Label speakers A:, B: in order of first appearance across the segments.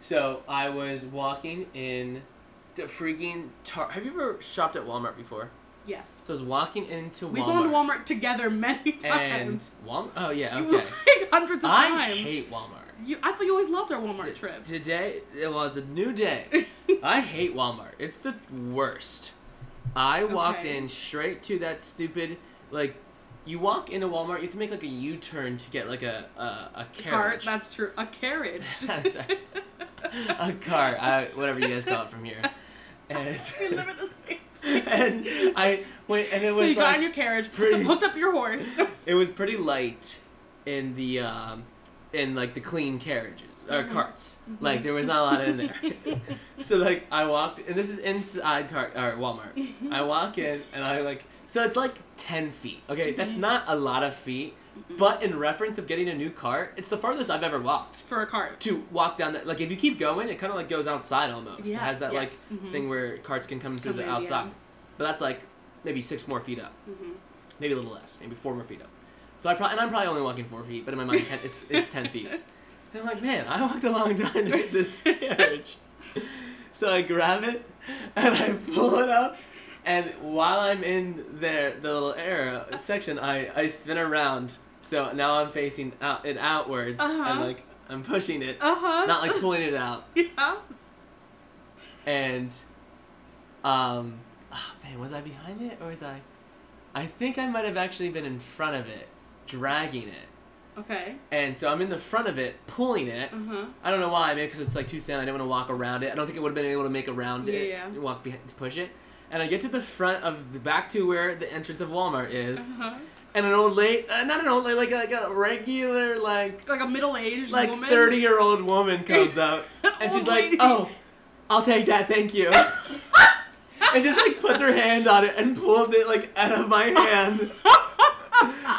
A: So I was walking in the freaking tar. Have you ever shopped at Walmart before?
B: Yes.
A: So I was walking into Walmart.
B: We've gone to Walmart together many
A: And
B: times.
A: Walmart. Oh yeah.
B: You
A: Okay.
B: like hundreds of
A: I
B: times.
A: hate Walmart.
B: you, I thought you always loved our
A: T-
B: Walmart trips.
A: Today, well, it's a new day. I hate Walmart. It's the worst. I walked
B: Okay.
A: in straight to that stupid like. You walk into Walmart, you have to make like a U turn to get like a a, a
B: cart.
A: carriage.
B: That's true. A carriage.
A: I'm sorry. a car, I, whatever you guys call it from here. And,
B: we live in the same.
A: and I went, and it
B: So
A: was
B: you got
A: like,
B: in your carriage,
A: pretty-
B: hooked up your horse.
A: it was pretty light in the um, in like the clean carriages or
B: Mm-hmm.
A: carts. Like there was not a lot in there. so like I walked, and this is inside tar- or Walmart.
B: Mm-hmm.
A: I walk in, and I like so it's like ten feet. Okay, that's
B: Mm-hmm.
A: not a lot of feet, but in reference of getting a new cart, it's the farthest I've ever walked.
B: for a cart.
A: to walk down that like if you keep going it kind of like goes outside almost it
B: Yeah,
A: has that
B: yes,
A: like
B: mhm.
A: thing where carts can come through
B: Come
A: the
B: in, yeah.
A: outside but that's like maybe six more feet up
B: Mhm.
A: maybe a little less maybe four more feet up so i probably and i'm probably only walking four feet but in my mind ten, it's, it's ten feet and i'm like man i walked a long time to get this carriage so i grab it and i pull it up and while i'm in there the little arrow section i i spin around so now i'm facing out it outwards and
B: Uh-huh.
A: like i'm pushing it
B: Uh huh.
A: not like pulling it out.
B: yeah.
A: And, um, ah, man, was I behind it or was I? I think I might have actually been in front of it, dragging it.
B: Okay.
A: And so I'm in the front of it, pulling it.
B: Uh huh.
A: I don't know why, maybe because it's like too thin. I didn't want to walk around it. I don't think it would have been able to make around it,
B: Yeah, yeah.
A: walk behind to push it. And I get to the front of the back to where the entrance of Walmart
B: Uh
A: is,
B: huh.
A: and an old lady, uh, not an old lady, like a, like a regular like
B: Like a middle-aged
A: like
B: woman.
A: 30 year old woman comes out and she's
B: Old
A: like
B: lady.
A: oh i'll take that thank you and just like puts her hand on it and pulls it like out of my hand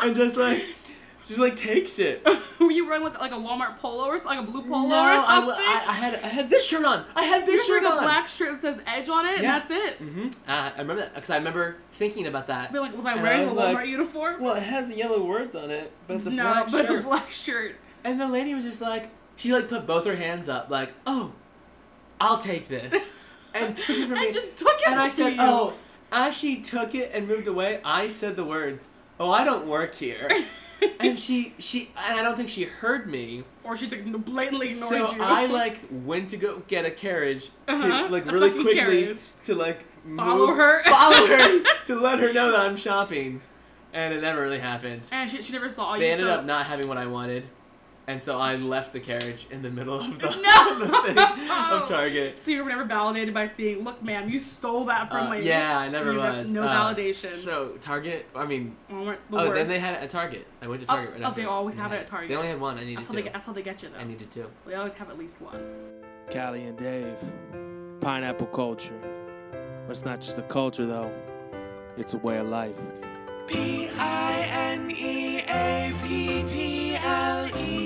A: and just like she's like takes it
B: Were you wearing like, like a Walmart polo or something, like a blue polo
A: no,
B: or
A: I,
B: something?
A: w- I, I had I had this shirt on I had
B: You're
A: this shirt
B: wearing
A: on
B: a black shirt that says Edge on it. and
A: Yeah.
B: That's it.
A: hmm uh, I remember that because I remember thinking about that
B: I'd be like, was I
A: And I
B: wearing
A: was
B: a Walmart
A: like,
B: uniform?
A: well it has yellow words on it but it's a
B: no,
A: black
B: but
A: shirt
B: it's a black shirt.
A: and the lady was just like she like put both her hands up like oh I'll take this and took it from
B: I
A: me
B: just took it.
A: and I
B: from
A: said,
B: you.
A: "Oh." As she took it and moved away, I said the words, "Oh, I don't work here." and she, she, and I don't think she heard me.
B: Or she took blatantly ignored
A: So
B: you.
A: I like went to go get a carriage
B: Uh-huh,
A: to like
B: a
A: really
B: second
A: quickly
B: carriage.
A: to like
B: Follow
A: move-
B: her.
A: follow her to let her know that I'm shopping, and it never really happened.
B: and she, she never saw you.
A: They ended
B: so.
A: up not having what I wanted, and so I left the carriage in the middle of the,
B: No!
A: the thing of Target.
B: So you were never validated by seeing, look, ma'am, you stole that from
A: Uh,
B: me.
A: yeah, I never
B: You have
A: was.
B: no
A: Uh,
B: validation.
A: So Target, I mean,
B: Walmart, the
A: oh,
B: worst.
A: then they had it at Target. I went to
B: Oh,
A: Target.
B: oh, they always
A: and
B: have
A: they
B: it
A: had
B: at Target.
A: They only had one. I needed
B: that's,
A: two.
B: how they get, that's how they get you, though.
A: I needed two.
B: they always have at least one.
C: Callie and Dave. Pineapple culture. It's not just a culture, though, it's a way of life. P I N E A P P L E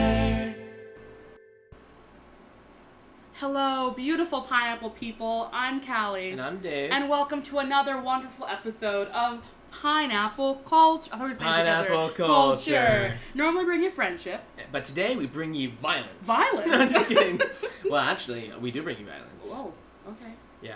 B: Hello, beautiful pineapple people. I'm Callie.
A: And I'm Dave.
B: And welcome to another wonderful episode of Pineapple Culture. I thought we were saying it together.
A: Pineapple culture.
B: Normally bring you friendship.
A: but today we bring you violence.
B: Violence?
A: no, I'm just kidding. well, actually, we do bring you violence.
B: Whoa, okay.
A: Yeah.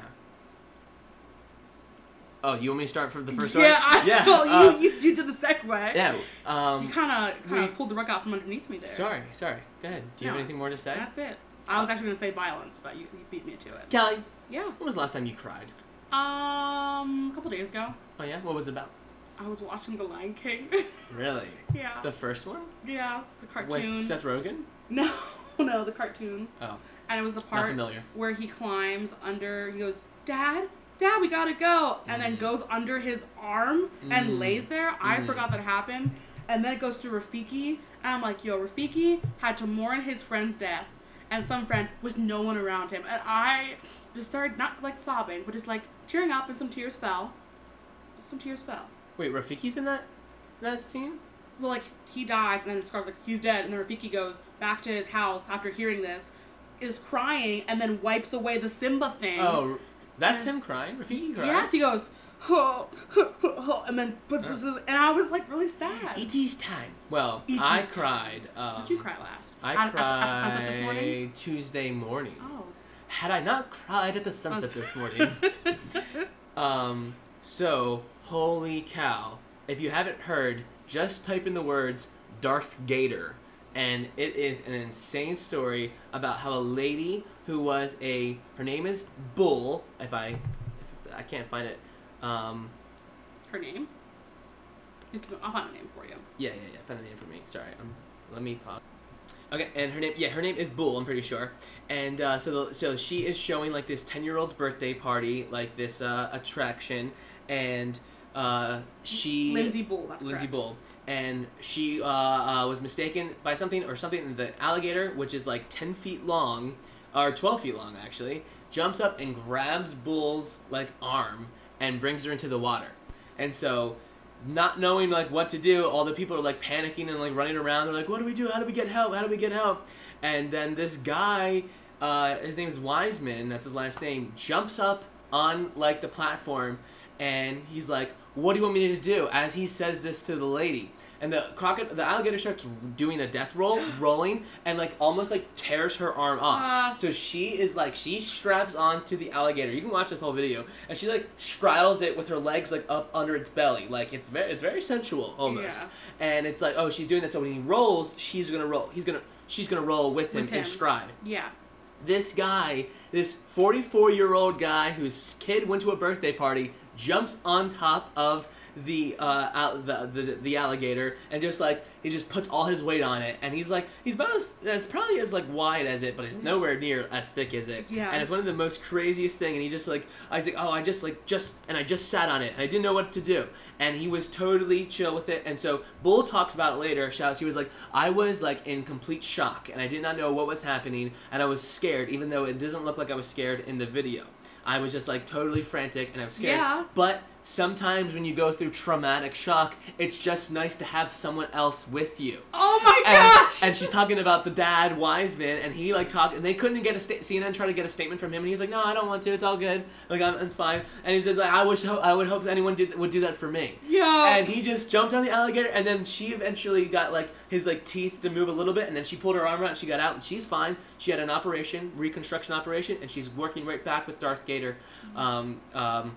A: Oh, you want me to start from the first
B: yeah,
A: story?
B: I,
A: yeah.
B: well,
A: uh,
B: you, you, you did the segue.
A: yeah.
B: You
A: Um,
B: kind of kind
A: we-
B: of pulled the rug out from underneath me there.
A: sorry, sorry. Go ahead. Do you have
B: No.
A: anything more to say?
B: That's it. I was actually going to say violence, but you, you beat me to it.
A: Callie,
B: Yeah.
A: when was the last time you cried?
B: Um, a couple days ago,
A: Oh yeah, what was it about?
B: I was watching The Lion King.
A: Really?
B: yeah.
A: The first one
B: yeah, the cartoon.
A: with Seth Rogen?
B: no, no, the cartoon.
A: Oh,
B: And it was the part
A: familiar.
B: where he climbs under, he goes, Dad, Dad, we gotta go. And then goes under his arm and lays there. I forgot that happened. And then it goes to Rafiki. And I'm like, yo, Rafiki had to mourn his friend's death. and some friend with no one around him. And I just started not like sobbing, but just like tearing up, and some tears fell. Some tears fell.
A: Wait, Rafiki's in that that scene?
B: Well, like he dies, and then Scar's like he's dead, and then Rafiki goes back to his house after hearing this, is crying, and then wipes away the Simba thing.
A: Oh, that's
B: Yeah.
A: him crying. Rafiki cries.
B: yes, he goes. Oh, and then puts this, and I was like really sad.
A: It is time. Well,
B: It
A: I
B: is time.
A: cried. Um,
B: Did you cry last?
A: I
B: At- at-
A: cried
B: at, the sunset this morning.
A: Tuesday morning.
B: Oh,
A: Had I not cried at the sunset
B: Sunset.
A: this morning.
B: Oh.
A: um, so, holy cow. If you haven't heard, just type in the words Darth Gator. And it is an insane story about how a lady who was a. Her name is Bull. If I. If I can't find it. Um,
B: her name. Just keep- I'll find a name for you.
A: Yeah, yeah, yeah. Found the name for me. Sorry. Um, let me pause. Okay, and her name, yeah, her name is Bull. I'm pretty sure. And uh, so, the, so she is showing like this ten year old's birthday party, like this uh, attraction, and uh, she
B: Lindsay Bull. That's
A: Lindsay
B: correct.
A: Bull, and she uh, uh, was mistaken by something or something. The alligator, which is like ten feet long, or twelve feet long actually, jumps up and grabs Bull's like arm and brings her into the water. And so, not knowing like what to do, all the people are like panicking and like running around. They're like, "What do we do? How do we get help? How do we get help?" And then this guy, uh, his name is Wiseman. That's his last name. Jumps up on like the platform and he's like, "What do you want me to do?" As he says this to the lady, and the crocodile, the alligator starts doing a death roll, rolling, and like almost like tears her arm off.
B: Ah.
A: so she is like she straps onto the alligator. You can watch this whole video, and she like straddles it with her legs like up under its belly, like it's very it's very sensual almost.
B: Yeah.
A: And it's like oh she's doing this, so when he rolls, she's gonna roll. He's gonna she's gonna roll with him,
B: With
A: in
B: him.
A: stride
B: Yeah.
A: this guy, this 44 year old guy whose kid went to a birthday party, jumps on top of the, uh, al- the, the the alligator and just like he just puts all his weight on it and he's like he's about as that's probably as like wide as it but it's nowhere near as thick as it
B: Yeah.
A: and it's one of the most craziest thing and he just like I was like oh I just like just and I just sat on it and I didn't know what to do and he was totally chill with it and so Bull talks about it later shouts he was like I was like in complete shock and I did not know what was happening and I was scared even though it doesn't look like I was scared in the video I was just like totally frantic and I was scared
B: Yeah.
A: but sometimes when you go through traumatic shock it's just nice to have someone else with you
B: Oh my
A: and,
B: gosh.
A: and she's talking about the dad Wiseman, and he like talked, and they couldn't get a sta- CNN tried to get a statement from him, and he's like, "No, I don't want to. It's all good. Like, I'm, it's fine." And he says, "Like, I wish ho- I would hope that anyone did, would do that for me."
B: Yo.
A: And he just jumped on the alligator, and then she eventually got like his like teeth to move a little bit, and then she pulled her arm out, and she got out, and she's fine. She had an operation, reconstruction operation, and she's working right back with Darth Gator, um, um,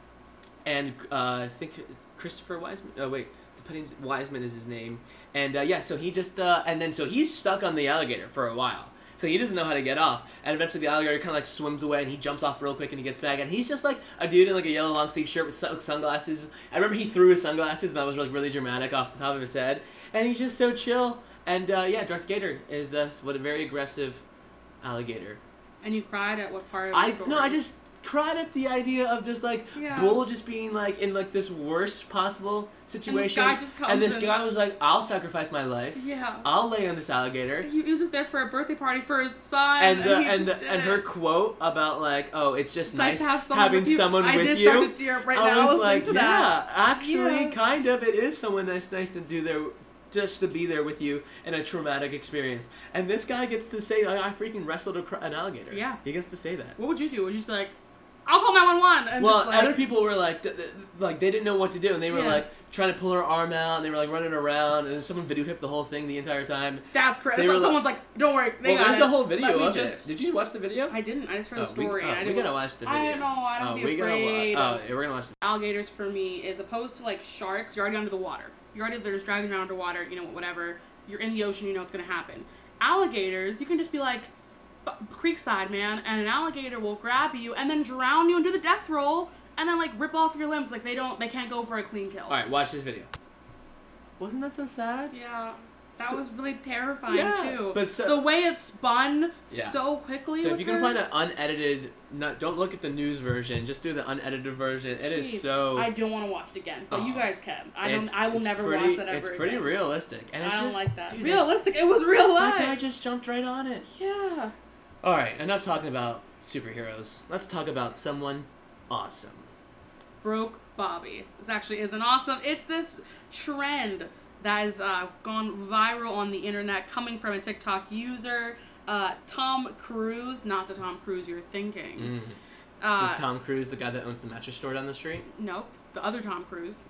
A: and uh, I think Christopher Wiseman. Oh wait, the Pudding's Wiseman is his name, and uh, yeah, so he just uh, and then so he's stuck on the alligator for a while. So he doesn't know how to get off, and eventually the alligator kind of like swims away, and he jumps off real quick, and he gets back, and he's just like a dude in like a yellow long sleeve shirt with sun- sunglasses. I remember he threw his sunglasses, and that was like really dramatic off the top of his head, and he's just so chill. And uh, yeah, Darth Gator is uh, what a very aggressive alligator.
B: And you cried at what part of the
A: I
B: story?
A: no, I just cried at the idea of just like
B: Yeah.
A: Bull just being like in like this worst possible situation,
B: guy just comes
A: and this
B: and-
A: guy was like, "I'll sacrifice my life.
B: Yeah.
A: I'll lay on this alligator."
B: he, he was just there for a birthday party for his son,
A: And the,
B: he just
A: and the,
B: did
A: and
B: it.
A: her quote about like, "Oh, it's just
B: It's nice to have someone
A: having
B: with you.
A: someone
B: I
A: with
B: just
A: you."
B: started to tear up right now.
A: I was
B: listening
A: like,
B: to
A: yeah,
B: that.
A: actually,
B: Yeah.
A: kind of. It is someone that's nice to do there, just to be there with you in a traumatic experience. And this guy gets to say, like, "I freaking wrestled a, cr- an alligator."
B: Yeah.
A: he gets to say that.
B: What would you do? Would you just be like, I'll call 911 and
A: well,
B: just like,
A: other people were like, th- th- like they didn't know what to do, and they were
B: Yeah.
A: like trying to pull her arm out, and they were like running around, and then someone videotaped the whole thing the entire time.
B: that's crazy.
A: they
B: Like,
A: were like-
B: someone's like, don't worry. They
A: well,
B: got
A: there's
B: it.
A: the whole
B: Let
A: video
B: me
A: of
B: just,
A: it. Did you watch the video?
B: I didn't. I just heard
A: Oh,
B: the story.
A: We,
B: and
A: oh,
B: I
A: we
B: didn't.
A: gotta watch the video.
B: I don't know. I don't
A: oh,
B: be
A: we
B: afraid.
A: Gotta wa- oh, yeah, we're gonna watch. The-
B: alligators for me is opposed to like sharks. You're already under the water. You're already they're just dragging around underwater. You know whatever. You're in the ocean. You know what's gonna happen. Alligators, you can just be like b- creekside man, and an alligator will grab you and then drown you and do the death roll and then like rip off your limbs. Like they don't. They can't go for a clean kill.
A: All right, watch this video. Wasn't that so sad?
B: Yeah. That
A: So-
B: was really terrifying
A: Yeah,
B: too.
A: but so-
B: the way it spun
A: Yeah.
B: so quickly.
A: So if
B: with
A: you can
B: her-
A: find an unedited, not don't look at the news version, just do the unedited version. It is
B: Jeez,
A: so.
B: I don't want to watch it again, but you
A: Oh.
B: guys can. I
A: it's-
B: don't. I will
A: it's
B: never
A: pretty,
B: watch that ever
A: It's pretty
B: again.
A: realistic, and
B: I
A: it's
B: don't
A: just
B: like that.
A: dude,
B: Realistic. It was real
A: That, that guy
B: life.
A: just jumped right on it.
B: Yeah.
A: All right, enough talking about superheroes. Let's talk about someone awesome.
B: broke Bobby. This actually isn't awesome. It's this trend that has uh, gone viral on the internet, coming from a TikTok user, uh, Tom Cruise. Not the Tom Cruise you're thinking. Uh,
A: Tom Cruise, Mm. the guy that owns the mattress store down the street,
B: nope, the other Tom Cruise.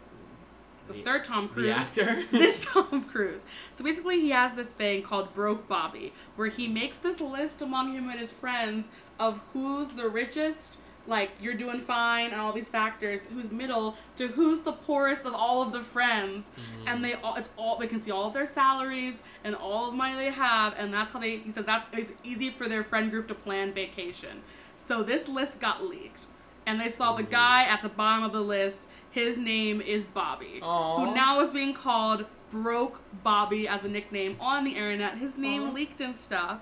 B: The
A: The-
B: third Tom Cruise.
A: the actor.
B: this Tom Cruise. So basically, he has this thing called Broke Bobby, where he makes this list among him and his friends of who's the richest, like you're doing fine, and all these factors, who's middle, to who's the poorest of all of the friends, and they all it's all they can see all of their salaries and all of money they have, and that's how they he says that's it's easy for their friend group to plan vacation. So this list got leaked, and they saw the guy at the bottom of the list. His name is Bobby,
A: Aw.
B: who now now is being called Broke Bobby as a nickname on the internet. His name
A: Aw.
B: leaked and stuff.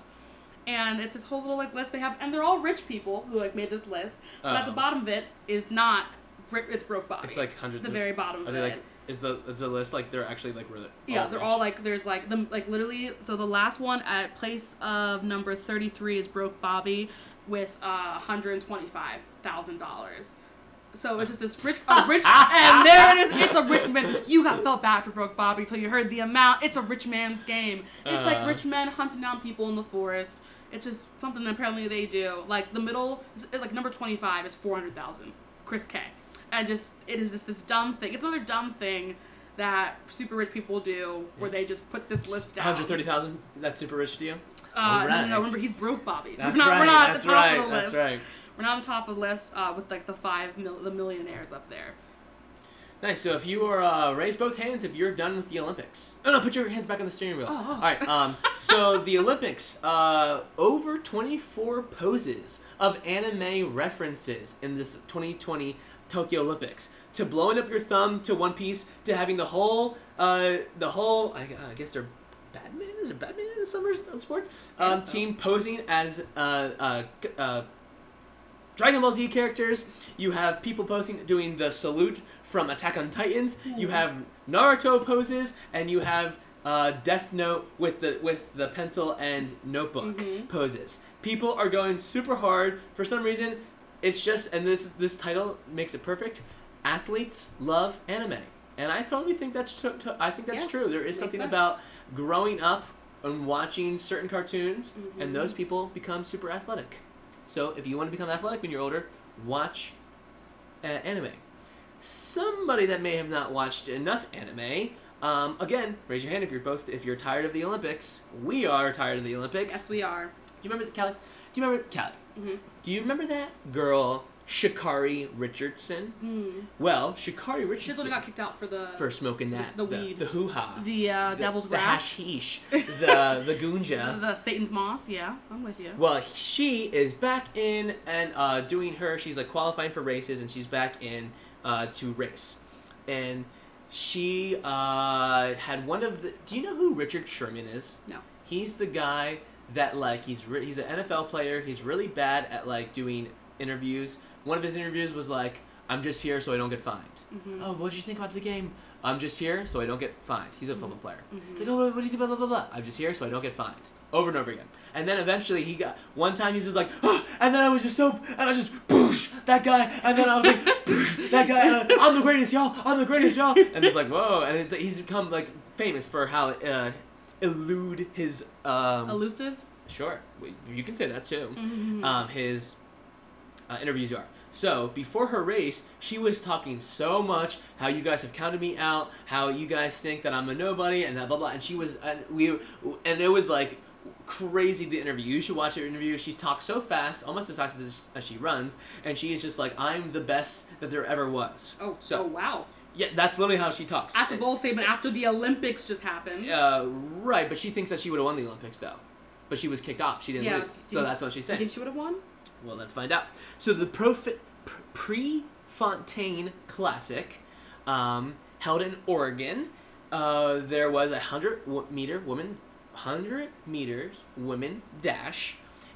B: And it's this whole little like list they have, and they're all rich people who like made this list. But at the
A: Oh.
B: bottom of it is not Bri- it's Broke Bobby.
A: It's like hundreds.
B: the
A: of,
B: very bottom
A: Are
B: of
A: they
B: it.
A: like? Is the is the list like they're actually like really?
B: yeah, they're all
A: rich?
B: like there's like the like literally. So the last one at place of number thirty three is Broke Bobby with uh, one hundred twenty five thousand dollars. So it's just this rich, a rich, and there it is. It's a rich man. You got felt bad for Broke Bobby till you heard the amount. It's a rich man's game. It's
A: Uh.
B: like rich men hunting down people in the forest. It's just something that apparently they do. Like the middle, like number twenty five is four hundred thousand. Chris K. And just it is just this dumb thing. It's another dumb thing that super rich people do, where they just put this list down.
A: Hundred thirty thousand. That's super rich to you.
B: Uh, no, no,
A: Alright.
B: no, remember he's broke, Bobby.
A: That's
B: we're not,
A: right.
B: we're not
A: that's
B: at the top
A: right.
B: of the list.
A: That's right.
B: We're not at the top of the list uh, with like the five mil- the millionaires up there.
A: Nice. So if you are uh, raise both hands if you're done with the Olympics. No, no, put your hands back on the steering wheel.
B: Oh, oh.
A: All right. Um, so the Olympics. Uh, over 24 poses of anime references in this 2020 Tokyo Olympics. To blowing up your thumb to One Piece to having the whole uh, the whole I, I guess they're Batman is there Batman in summer sports um,
B: Yes.
A: team posing as uh, uh, c- uh, Dragon Ball Z characters. You have people posing doing the salute from Attack on Titans. You have Naruto poses, and you have uh, Death Note with the with the pencil and notebook
B: Mhm.
A: poses. People are going super hard for some reason. It's just and this this title makes it perfect. Athletes love anime, and I totally think that's tr- tr- I think that's
B: Yeah,
A: true. There is
B: makes
A: something
B: sense.
A: about growing up and watching certain cartoons, and those people become super athletic. So if you want to become athletic when you're older, watch uh, anime. Somebody that may have not watched enough anime. Um, again, raise your hand if you're both if you're tired of the Olympics. We are tired of the Olympics.
B: Yes, we are.
A: Do you remember the Callie? Do you remember Callie?
B: Mhm.
A: Do you remember that girl Shikari Richardson?
B: Mm.
A: Well, Shikari
B: She just
A: Richardson
B: got kicked out for the
A: for smoking that
B: the weed.
A: the, hoo ha,
B: the uh, Devil's
A: the
B: Wrath,
A: hashish, the the goonja.
B: the Satan's Moss. Yeah, I'm with you.
A: Well, she is back in and uh, doing her. She's like qualifying for races, and she's back in uh, to race. And she uh, had one of the. Do you know who Richard Sherman is?
B: No.
A: He's the guy that like he's re- he's an NFL player. He's really bad at like doing interviews. One of his interviews was like, "I'm just here so I don't get fined." Oh, what did you think about the game? I'm just here so I don't get fined. He's a football player. It's like, oh, what, what do you think? Blah blah blah blah. I'm just here so I don't get fined. Over and over again. And then eventually he got one time he was just like, oh, and then I was just so and I was just boosh that guy and then I was like boosh that guy and I, I'm the greatest y'all I'm the greatest y'all and it's like whoa and it's, he's become like famous for how uh, elude his um,
B: Elusive.
A: Sure, w- you can say that too.
B: Mm.
A: Um, his uh, interviews are. So before her race, she was talking so much how you guys have counted me out, how you guys think that I'm a nobody, and that blah blah. And she was, and we, and it was like crazy the interview. You should watch her interview. She talks so fast, almost as fast as, as she runs, and she is just like, "I'm the best that there ever was."
B: Oh,
A: so
B: oh wow.
A: yeah, that's literally how she talks.
B: That's a bold statement after the Olympics just happened.
A: Uh, right, but she thinks that she would have won the Olympics though, but she was kicked off. She didn't
B: Yeah,
A: lose,
B: you-
A: so that's what she's
B: You
A: saying.
B: think she would have won?
A: Well, let's find out. So the Profi- Pr- Prefontaine Classic, um, held in Oregon, uh, there was a hundred wo- meter woman, hundred meters women dash,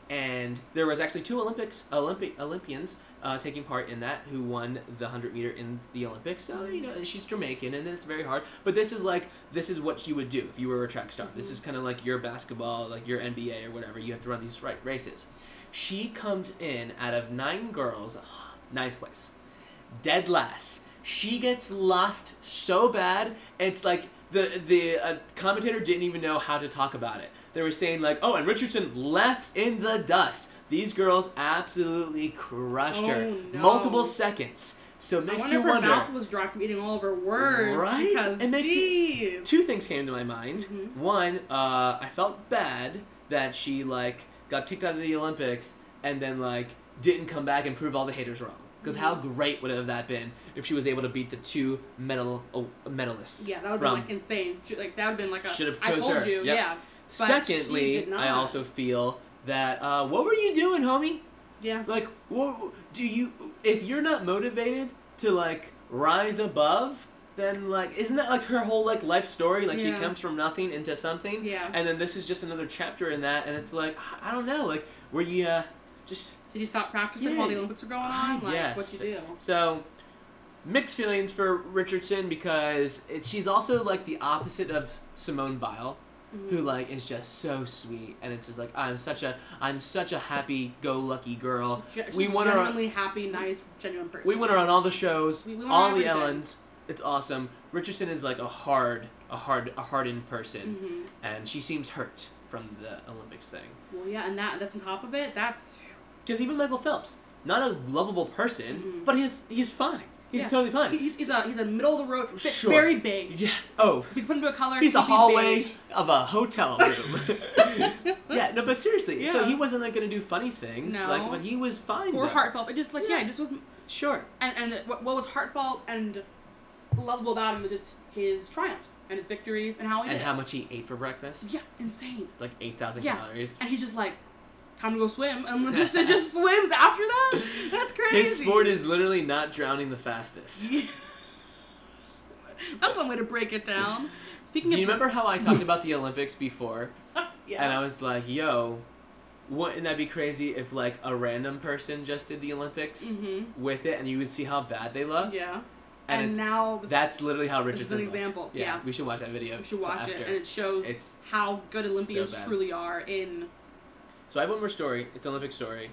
A: and there was actually two Olympics Olympic Olympians uh, taking part in that who won the hundred meter in the Olympics. So you know and she's Jamaican, and it's very hard. But this is like this is what you would do if you were a track star. This is kind of like your basketball, like your NBA or whatever. You have to run these right races. She comes in out of nine girls, ninth place, dead last. She gets laughed so bad. It's like the the uh, commentator didn't even know how to talk about it. They were saying like, "Oh, and Richardson left in the dust." These girls absolutely crushed her,
B: Oh, no.
A: multiple seconds. So it
B: I
A: makes
B: wonder
A: you
B: if her
A: wonder,
B: mouth was dry from eating all of her words.
A: right?
B: Because,
A: it makes you-
B: jeez. Mm-hmm.
A: two things came to my mind. One, uh, I felt bad that she like got kicked out of the Olympics and then like didn't come back and prove all the haters wrong. Because how
B: Mm-hmm.
A: great would have that been if she was able to beat the two medal oh, medalists?
B: Yeah, that would have been
A: from
B: like insane. Ju- Like that would have been like a.
A: Should've
B: I
A: chose
B: told
A: her.
B: you,
A: Yep.
B: yeah. But she
A: Secondly,
B: did not.
A: I also feel that uh, what were you doing, homie?
B: yeah.
A: Like, what do you? If you're not motivated to like rise above, then like, isn't that like her whole like life story? Like she
B: Yeah.
A: comes from nothing into something.
B: Yeah.
A: And then this is just another chapter in that, and it's like I- I don't know, like were you uh, just
B: Did you stop practicing
A: Yeah,
B: while the Olympics were going
A: I
B: on? Like
A: guess.
B: what you do?
A: So, mixed feelings for Richardson because it, she's also like the opposite of Simone Biles,
B: Mm.
A: who like is just so sweet, and it's just like I'm such a I'm such a happy go lucky girl.
B: She's ge-
A: we
B: she's
A: want her on,
B: genuinely happy, nice, genuine person.
A: we want her on all the shows,
B: We- we want her
A: all
B: on
A: the
B: everything.
A: Ellens. It's awesome. Richardson is like a hard a hard a hardened person,
B: Mm-hmm. Mm.
A: and she seems hurt from the Olympics thing.
B: Well, yeah, and that that's on top of it. That's
A: Because even Michael Phelps, not a lovable person, but he's he's fine. He's
B: Mm-hmm. yeah.
A: totally fine.
B: He- He's, he's a he's a middle of the road, fit-
A: Sure.
B: very big.
A: Yes. Oh,
B: You put him to a color.
A: he's
B: he'd
A: the
B: be
A: hallway
B: beige.
A: of a hotel room. yeah, no, but seriously. So
B: Yeah.
A: he wasn't like gonna do funny things,
B: No.
A: like, but he was fine.
B: or
A: though.
B: heartfelt. It just like yeah,
A: Yeah.
B: it just was.
A: Sure.
B: And and what, what was heartfelt and lovable about him was just his triumphs and his victories and how he
A: And
B: did.
A: how much he ate for breakfast?
B: yeah, insane.
A: It's like eight thousand
B: Yeah.
A: calories.
B: And he's just like, time to go swim, and then just it just swims after that. That's crazy.
A: His sport is literally not drowning the fastest.
B: That's one way to break it down. Speaking
A: Do
B: of,
A: you remember how I talked about the Olympics before?
B: yeah.
A: And I was like, yo, wouldn't that be crazy if like a random person just did the Olympics
B: Mhm.
A: with it and you would see how bad they looked?
B: yeah.
A: And,
B: And,
A: it's,
B: now this,
A: that's literally how
B: is
A: Richardson
B: an
A: looked.
B: example, yeah.
A: we should watch that video.
B: you should watch it,
A: after.
B: and it shows
A: It's
B: how good Olympians
A: bad.
B: truly are in.
A: So I have one more story. It's an Olympic story.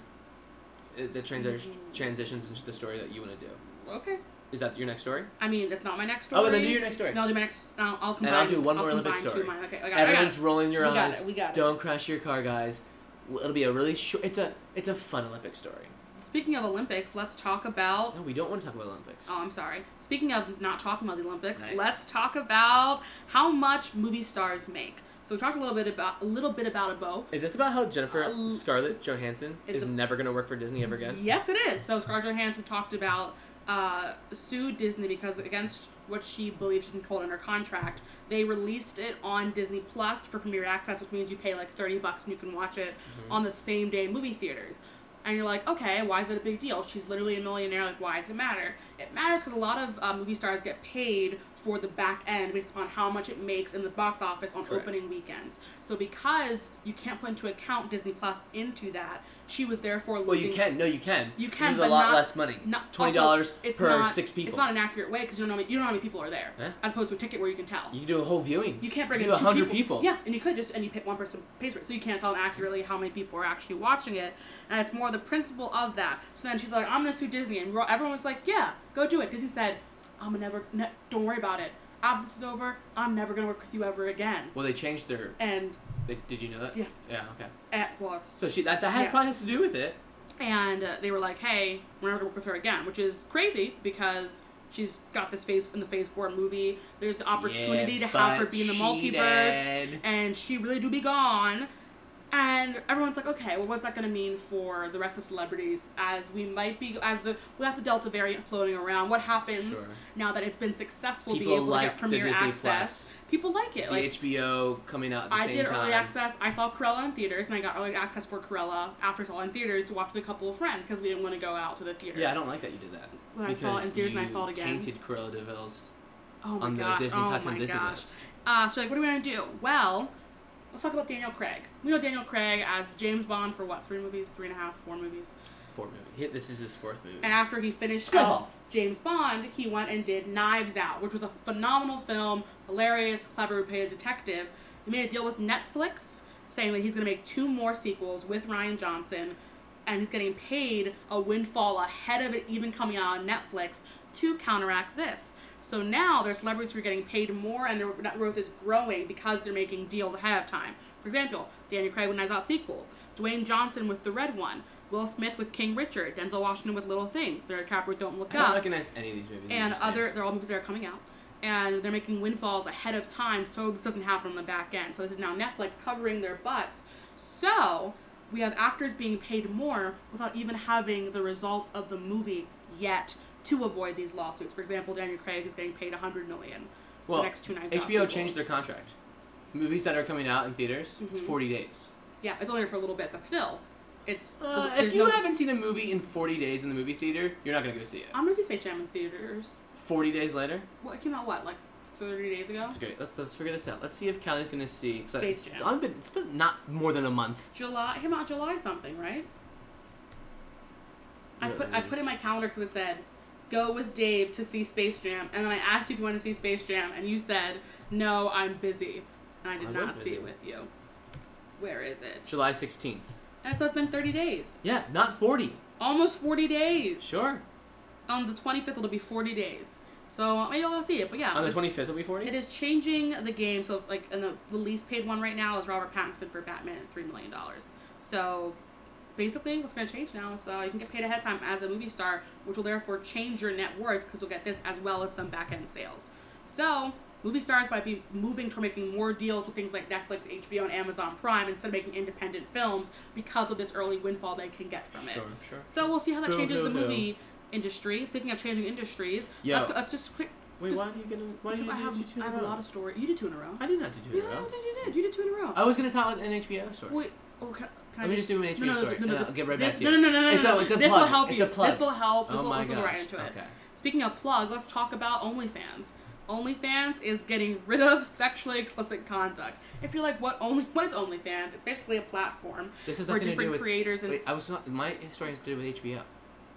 A: It, that transi-
B: Mm-hmm.
A: transitions into the story that you want to do.
B: Okay.
A: Is that your next story?
B: I mean, that's not my next story.
A: Oh, then do your next story.
B: No, I'll do my next. I'll, I'll combine.
A: I'll do one more
B: I'll
A: Olympic
B: combine
A: story.
B: two of mine. Okay, I got it, I got
A: Everyone's
B: it.
A: rolling your
B: We got
A: eyes.
B: it, we got it.
A: Don't crash your car, guys. Well, It'll be a really short. It's a it's a fun Olympic story.
B: Speaking of Olympics, let's talk about.
A: No, we don't want to talk about Olympics.
B: Oh, I'm sorry. Speaking of not talking about the Olympics,
A: Nice.
B: let's talk about how much movie stars make. So we talked a little bit about a little bit about a bow.
A: Is this about how Jennifer
B: Um,
A: Scarlett Johansson
B: it's
A: is
B: a-
A: never going to work for Disney ever again?
B: Yes, it is. So Scarlett Johansson talked about uh, sued Disney because against what she believes she's been told in her contract, they released it on Disney Plus for premiere access, which means you pay like thirty bucks and you can watch it
A: Mm-hmm.
B: on the same day in movie theaters. And you're like, okay, why is it a big deal? She's literally a millionaire. Like, why does it matter? It matters because a lot of uh, movie stars get paid for the back end based upon how much it makes in the box office on
A: Correct.
B: opening weekends. So because you can't put into account Disney Plus into that, she was therefore losing.
A: Well, you can. No, you can.
B: You can,
A: This is
B: but
A: a lot
B: not-
A: less money.
B: Not,
A: It's Twenty dollars
B: also, it's
A: per
B: not-
A: six people.
B: It's not an accurate way because you don't know how many, you don't know how many people are there,
A: Yeah.
B: as opposed to a ticket where you can tell.
A: you can do a whole viewing.
B: You can't bring
A: do
B: in two
A: hundred people.
B: Yeah, and you could just and you pick one person pays for it, so you can't tell accurately how many people are actually watching it, and it's more the principle of that. So then she's like, "I'm gonna sue Disney," and we're all- everyone was like, "Yeah, go do it." Disney said, "I'm gonna never, ne- don't worry about it. After this is over, I'm never gonna work with you ever again."
A: Well, they changed their.
B: And eh,
A: They, did you know that?
B: Yeah.
A: Yeah. Okay.
B: at what's
A: So she that that has,
B: Yes.
A: probably has to do with it.
B: and uh, they were like, "Hey, we're never gonna work with her again," which is crazy because she's got this phase in the Phase Four movie. There's the opportunity
A: Yeah,
B: to have her
A: but
B: be in the
A: she
B: multiverse,
A: did.
B: and she really do be gone. And everyone's like, "Okay, well, what's that gonna mean for the rest of celebrities as we might be as the we have the Delta variant floating around? What happens
A: Sure.
B: now that it's been successful,
A: People
B: being able to
A: like
B: get
A: the
B: premiere
A: Disney
B: access?
A: Plus.
B: People like it.
A: The
B: like
A: HBO coming out at the
B: I
A: same
B: did
A: time.
B: early access. I saw Corella in theaters, and I got early access for Corella after it's all in theaters to watch with a couple of friends because we didn't want to go out to the theaters.
A: Yeah, I don't like that you did that.
B: When I saw it in
A: Because
B: theaters and I
A: you
B: saw it again.
A: Tainted Cruella de Vil's
B: Oh my
A: on the
B: gosh!
A: Disney
B: oh
A: top ten
B: my
A: Disney
B: gosh!
A: list.
B: Uh, so like, what are we gonna do? Well, Let's talk about Daniel Craig. We know Daniel Craig as James Bond for what? Three movies, three and a half, four movies.
A: Fourth movie. He- This is his fourth movie.
B: And after he finished
A: Skyfall.
B: up James Bond, he went and did Knives Out, which was a phenomenal film, hilarious, clever, paid detective. He made a deal with Netflix saying that he's going to make two more sequels with Ryan Johnson, and he's getting paid a windfall ahead of it even coming out on Netflix to counteract this. So now there's celebrities who are getting paid more, and their net worth is growing because they're making deals ahead of time. For example, Daniel Craig with Knives Out sequel, Dwayne Johnson with The Red One, Will Smith with King Richard, Denzel Washington with Little Things, Leonardo DiCaprio with Don't Look
A: I don't
B: Up,
A: recognize any of these movies. that you
B: and
A: just
B: other
A: named.
B: they're all movies that are coming out, and they're making windfalls ahead of time, so this doesn't happen on the back end. So this is now Netflix covering their butts. So we have actors being paid more without even having the results of the movie yet to avoid these lawsuits. For example, Daniel Craig is getting paid 100 million for
A: Well,
B: the next two nights.
A: HBO changed their contract. Movies that are coming out in theaters, it's
B: Mhm.
A: 40 days.
B: yeah, it's only there for a little bit, but still, it's
A: Uh,
B: there's
A: if you
B: no-
A: haven't seen a movie in 40 days in the movie theater, you're not going to go see it.
B: I'm gonna see Space Jam in theaters.
A: 40 days later?
B: What it came out? What like thirty days ago?
A: That's great. Let's, let's figure this out. Let's see if Callie's going to see. 'cause
B: Space
A: it's,
B: Jam.
A: it's, only been, it's been not more than a month.
B: July. It came out July something, right? I
A: Yeah,
B: put
A: it
B: I put
A: is.
B: in my calendar because it said, "Go with Dave to see Space Jam," and then I asked you if you wanted to see Space Jam, and you said, "No, I'm busy," and I did
A: I was
B: not see
A: busy.
B: it with you. Where is it?
A: July 16th.
B: And so it's been thirty days,
A: Yeah, not 40.
B: almost forty days.
A: Sure.
B: On the twenty fifth, it'll be forty days. So maybe I'll see it, but yeah.
A: On the
B: it's-
A: 25th, it'll be 40?
B: It is changing the game. So like, and the, the least paid one right now is Robert Pattinson for Batman at three million dollars. So basically, what's going to change now is uh, you can get paid ahead of time as a movie star, which will therefore change your net worth because you'll get this as well as some back end sales. So movie stars might be moving toward making more deals with things like Netflix, HBO, and Amazon Prime instead of making independent films because of this early windfall they can get from it.
A: Sure, sure.
B: So we'll see how that
A: Who
B: changes the
A: knew, who?
B: movie industry. Speaking of changing industries,
A: Yo.
B: let's, go- let's just quick.
A: Wait,
B: just-
A: why do you get? Why do you
B: because
A: do,
B: I have,
A: do two
B: I
A: in
B: have
A: a
B: a
A: row?
B: lot of story. You did two in a row.
A: I did not do two
B: yeah,
A: in a row.
B: you did. You did. You did two in a row.
A: I was gonna tell an HBO story.
B: Wait. Oh, can, can I
A: Let me
B: just
A: just do an HBO
B: no, no,
A: story,
B: No, no,
A: and
B: no,
A: I'll get right
B: this,
A: back to
B: No,
A: you.
B: no, no, no,
A: It's
B: no.
A: a- it's a
B: this will
A: plug.
B: help
A: It's
B: you.
A: a plug.
B: This will help. This
A: oh
B: will,
A: my
B: this will go
A: gosh.
B: right into it.
A: Okay.
B: Speaking of plug, let's talk about OnlyFans. OnlyFans is getting rid of sexually explicit conduct. If you're like, what only, what is OnlyFans? It's basically a platform
A: This has
B: where
A: nothing to do
B: different
A: with.
B: creators and
A: Wait, I was not. My story has to do with HBO.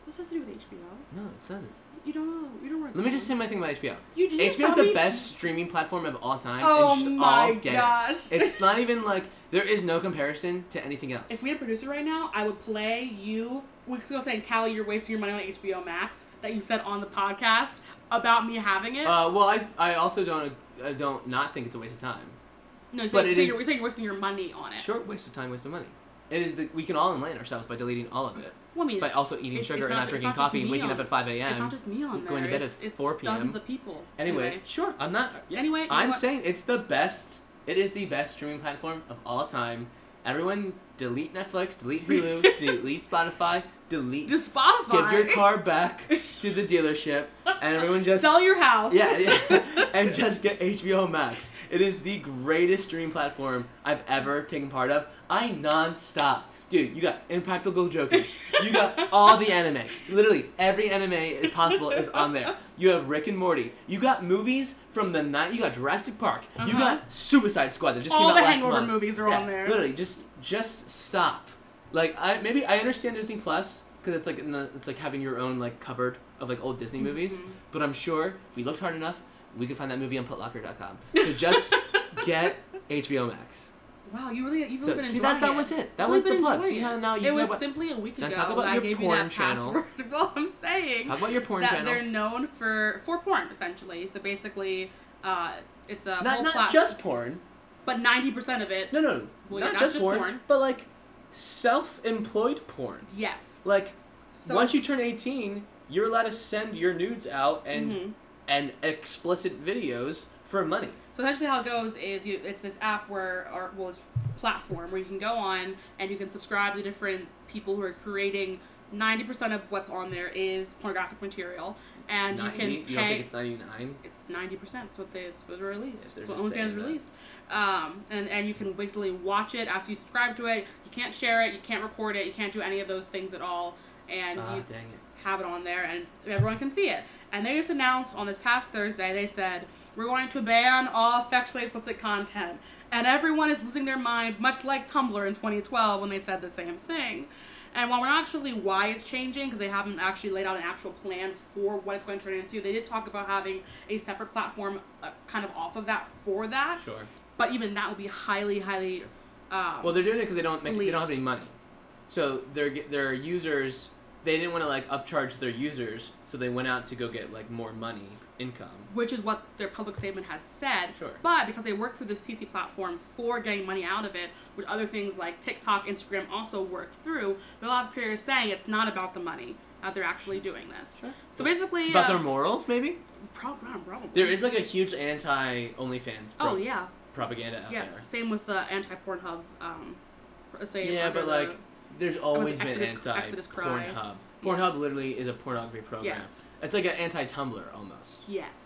B: this has to do with HBO.
A: No, it doesn't.
B: You don't know. You don't. know where it's
A: Let me just say
B: going.
A: my thing about HBO.
B: You did you just
A: HBO is
B: tell
A: the
B: me-
A: best streaming platform of all time.
B: Oh
A: and you should
B: my
A: all get
B: gosh.
A: It. It's not even like there is no comparison to anything else.
B: If we had a producer right now, I would play you weeks ago saying, Callie, you're wasting your money on HBO Max that you said on the podcast about me having it.
A: uh, well, I, I also don't I don't not think it's a waste of time.
B: no, so,
A: but
B: so
A: it
B: you're
A: is-
B: saying you're wasting your money on it.
A: Short waste of time, waste of money. It is the, we can all enlighten ourselves by deleting all of it,
B: Well, I mean,
A: by also eating
B: it's-
A: sugar
B: it's
A: and
B: not-
A: not
B: it's
A: drinking
B: not just
A: coffee and
B: me
A: waking
B: on-
A: up at five a.m.
B: it's not just me on there.
A: going to bed
B: it's,
A: at
B: it's
A: 4 p.m..
B: Dozens of people.
A: Anyways,
B: Anyway.
A: sure, I'm not. yeah.
B: Anyway, you know
A: I'm
B: what?
A: saying it's the best. It is the best streaming platform of all time. Everyone, delete Netflix, delete Hulu, delete Spotify, delete.
B: Just Spotify.
A: Give your car back to the dealership, and everyone just
B: sell your house.
A: yeah, yeah, and just get HBO Max. It is the greatest streaming platform I've ever taken part of. I nonstop. Dude, you got Impractical Jokers. You got all the anime. Literally, every anime possible is on there. You have Rick and Morty. You got movies from the night. You got Jurassic Park. You
B: Uh-huh.
A: got Suicide Squad that just
B: All
A: came out
B: the
A: last
B: Hangover
A: month.
B: movies are
A: Yeah,
B: on there.
A: Literally, just just stop. Like I maybe I understand Disney Plus because it's like in the, it's like having your own like cupboard of like old Disney movies.
B: Mhm.
A: But I'm sure if we looked hard enough, we could find that movie on Putlocker.com. So just get HBO Max.
B: Wow, you really, you've really
A: So
B: been
A: see
B: enjoying
A: that that
B: it.
A: was it. That
B: Really
A: was the
B: been
A: plug.
B: enjoying
A: See how now you
B: it was
A: know about-
B: simply a week
A: Now
B: ago.
A: talk about
B: that I
A: your
B: gave you
A: porn
B: that
A: channel.
B: password. Well, I'm saying.
A: talk about your porn
B: that they're
A: channel.
B: known for for porn essentially. So basically, uh, it's a
A: Not
B: whole
A: not
B: plat-
A: just porn.
B: but ninety percent of it.
A: No no, no.
B: Well, yeah,
A: not, just, porn, but like self-employed porn.
B: Yes.
A: Like
B: So
A: once you turn 18, you're allowed to send your nudes out and
B: Mhm.
A: and explicit videos for money.
B: So essentially, how it goes is you it's this app where or well, it's a platform where you can go on and you can subscribe to different people who are creating. Ninety percent of what's on there is pornographic material, and you
A: 90?
B: can
A: you
B: pay.
A: don't think it's 99?
B: it's ninety percent. It's what they it's what they released.
A: Yeah, they're
B: it's what
A: just
B: OnlyFans
A: saying that.
B: released. Um, and and you can basically watch it after you subscribe to it. You can't share it. You can't record it. You can't do any of those things at all. and
A: Ah,
B: you
A: dang it.
B: have it on there and everyone can see it. And they just announced on this past Thursday, they said, we're going to ban all sexually explicit content. And everyone is losing their minds, much like Tumblr in 2012 when they said the same thing. And while we're not sure really why it's changing, because they haven't actually laid out an actual plan for what it's going to turn into, they did talk about having a separate platform uh, kind of off of that for that.
A: Sure.
B: But even that would be highly, highly. Um,
A: Well, they're doing it because they don't make, they don't have
B: Least.
A: any money, so their their users they didn't want to like upcharge their users, so they went out to go get like more money income.
B: which is what their public statement has said.
A: Sure.
B: But because they work through the CC platform for getting money out of it, which other things like TikTok, Instagram also work through, there are a lot of creators saying it's not about the money that they're actually doing this.
A: Sure.
B: So basically,
A: It's about
B: uh,
A: their morals, maybe.
B: prob- not probably.
A: There is like a huge anti OnlyFans.
B: Oh yeah.
A: Propaganda out
B: yes. Same with the anti-Pornhub. Um, pr-
A: there.
B: same
A: Yeah,
B: under
A: but
B: the-
A: like, there's always been
B: Exodus-
A: anti
B: Exodus Cry.
A: Pornhub. Pornhub literally is a pornography program.
B: Yes.
A: It's like an anti Tumblr almost.
B: Yes.